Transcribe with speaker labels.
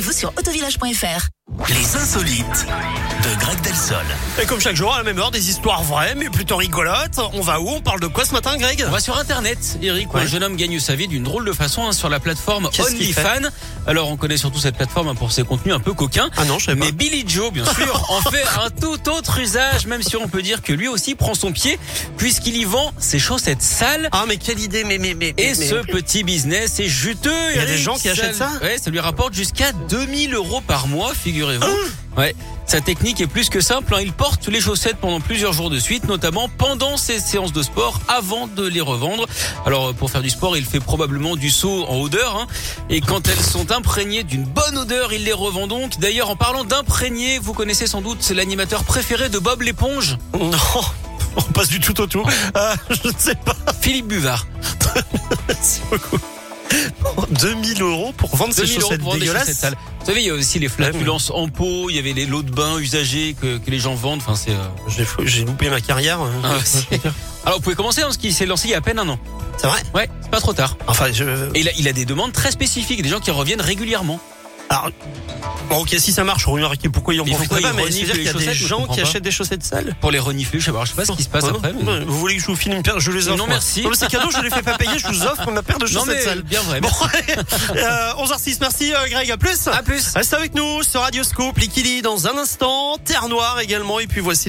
Speaker 1: Rendez-vous sur autovillage.fr.
Speaker 2: Les insolites de Greg Delsol.
Speaker 3: Et comme chaque jour, à la même heure, des histoires vraies, mais plutôt rigolotes. On va où On parle de quoi ce matin, Greg
Speaker 4: On va sur Internet, Eric, où
Speaker 3: Ouais.
Speaker 4: un jeune homme gagne sa vie d'une drôle de façon hein, sur la plateforme
Speaker 3: Qu'est-ce qu'il
Speaker 4: OnlyFans. Alors, on connaît surtout cette plateforme hein, pour ses contenus un peu coquins.
Speaker 3: Ah non, je savais
Speaker 4: Mais Billy Joe, bien sûr, en fait un tout autre usage, même si on peut dire que lui aussi prend son pied, puisqu'il y vend ses chaussettes sales.
Speaker 3: Ah, mais quelle idée, mais, mais, mais. mais-
Speaker 4: Et ce petit business est juteux. Il
Speaker 3: y a des gens qui achètent ça
Speaker 4: Ouais, ça lui rapporte jusqu'à 2000 euros par mois, figurez-vous.
Speaker 3: Ah
Speaker 4: Ouais. Sa technique est plus que simple. hein. Il porte les chaussettes pendant plusieurs jours de suite, notamment pendant ses séances de sport, avant de les revendre. Alors, pour faire du sport, il fait probablement du saut en odeur. hein. Et quand elles sont imprégnées d'une bonne odeur, il les revend donc. D'ailleurs, en parlant d'imprégné, vous connaissez sans doute c'est l'animateur préféré de Bob l'éponge,
Speaker 3: Non, on passe du tout au tout. Ah, je ne sais pas,
Speaker 4: Philippe Buvard.
Speaker 3: merci beaucoup. 2000 euros pour vendre ces
Speaker 4: 2000 euros
Speaker 3: chaussettes
Speaker 4: pour vendre des
Speaker 3: dégueulasses.
Speaker 4: chaussettes sales. Vous savez, il y a aussi les flatulences en pot, il y avait les lots de bain usagés que, que les gens vendent. Enfin, c'est. euh,
Speaker 3: J'ai fou- J'ai loupé ma carrière. euh,
Speaker 4: Ah,
Speaker 3: je
Speaker 4: c'est-
Speaker 3: peux dire.
Speaker 4: Alors, vous pouvez commencer hein, parce qu'il s'est lancé il y a à peine un an.
Speaker 3: C'est vrai
Speaker 4: Ouais, c'est pas trop tard.
Speaker 3: Enfin, je.
Speaker 4: Et il a, il a des demandes très spécifiques, des gens qui reviennent régulièrement.
Speaker 3: Alors, bon, ok, si ça marche, on remarque pourquoi ils en
Speaker 4: Mais
Speaker 3: profitent
Speaker 4: pourquoi
Speaker 3: pas,
Speaker 4: ils
Speaker 3: mais
Speaker 4: reniflent
Speaker 3: c'est-à-dire
Speaker 4: les
Speaker 3: qu'il y a des
Speaker 4: chaussettes, je
Speaker 3: gens
Speaker 4: comprends
Speaker 3: qui
Speaker 4: pas.
Speaker 3: achètes des chaussettes sales.
Speaker 4: Pour les renifler, je sais pas, je sais pas ce qui se passe
Speaker 3: Ah non,
Speaker 4: après. mais-
Speaker 3: bah, Vous voulez que je vous file une paire Je les offre.
Speaker 4: Non,
Speaker 3: moi.
Speaker 4: merci.
Speaker 3: mais c'est cadeau, je les fais pas payer, je vous offre ma paire de
Speaker 4: Non,
Speaker 3: chaussettes
Speaker 4: mais
Speaker 3: sales.
Speaker 4: bien vrai.
Speaker 3: Bon, euh, 11h06, merci euh, Greg, à plus.
Speaker 4: À plus.
Speaker 3: Reste avec nous sur Radioscope, Liquidi dans un instant, Terre Noire également, et puis voici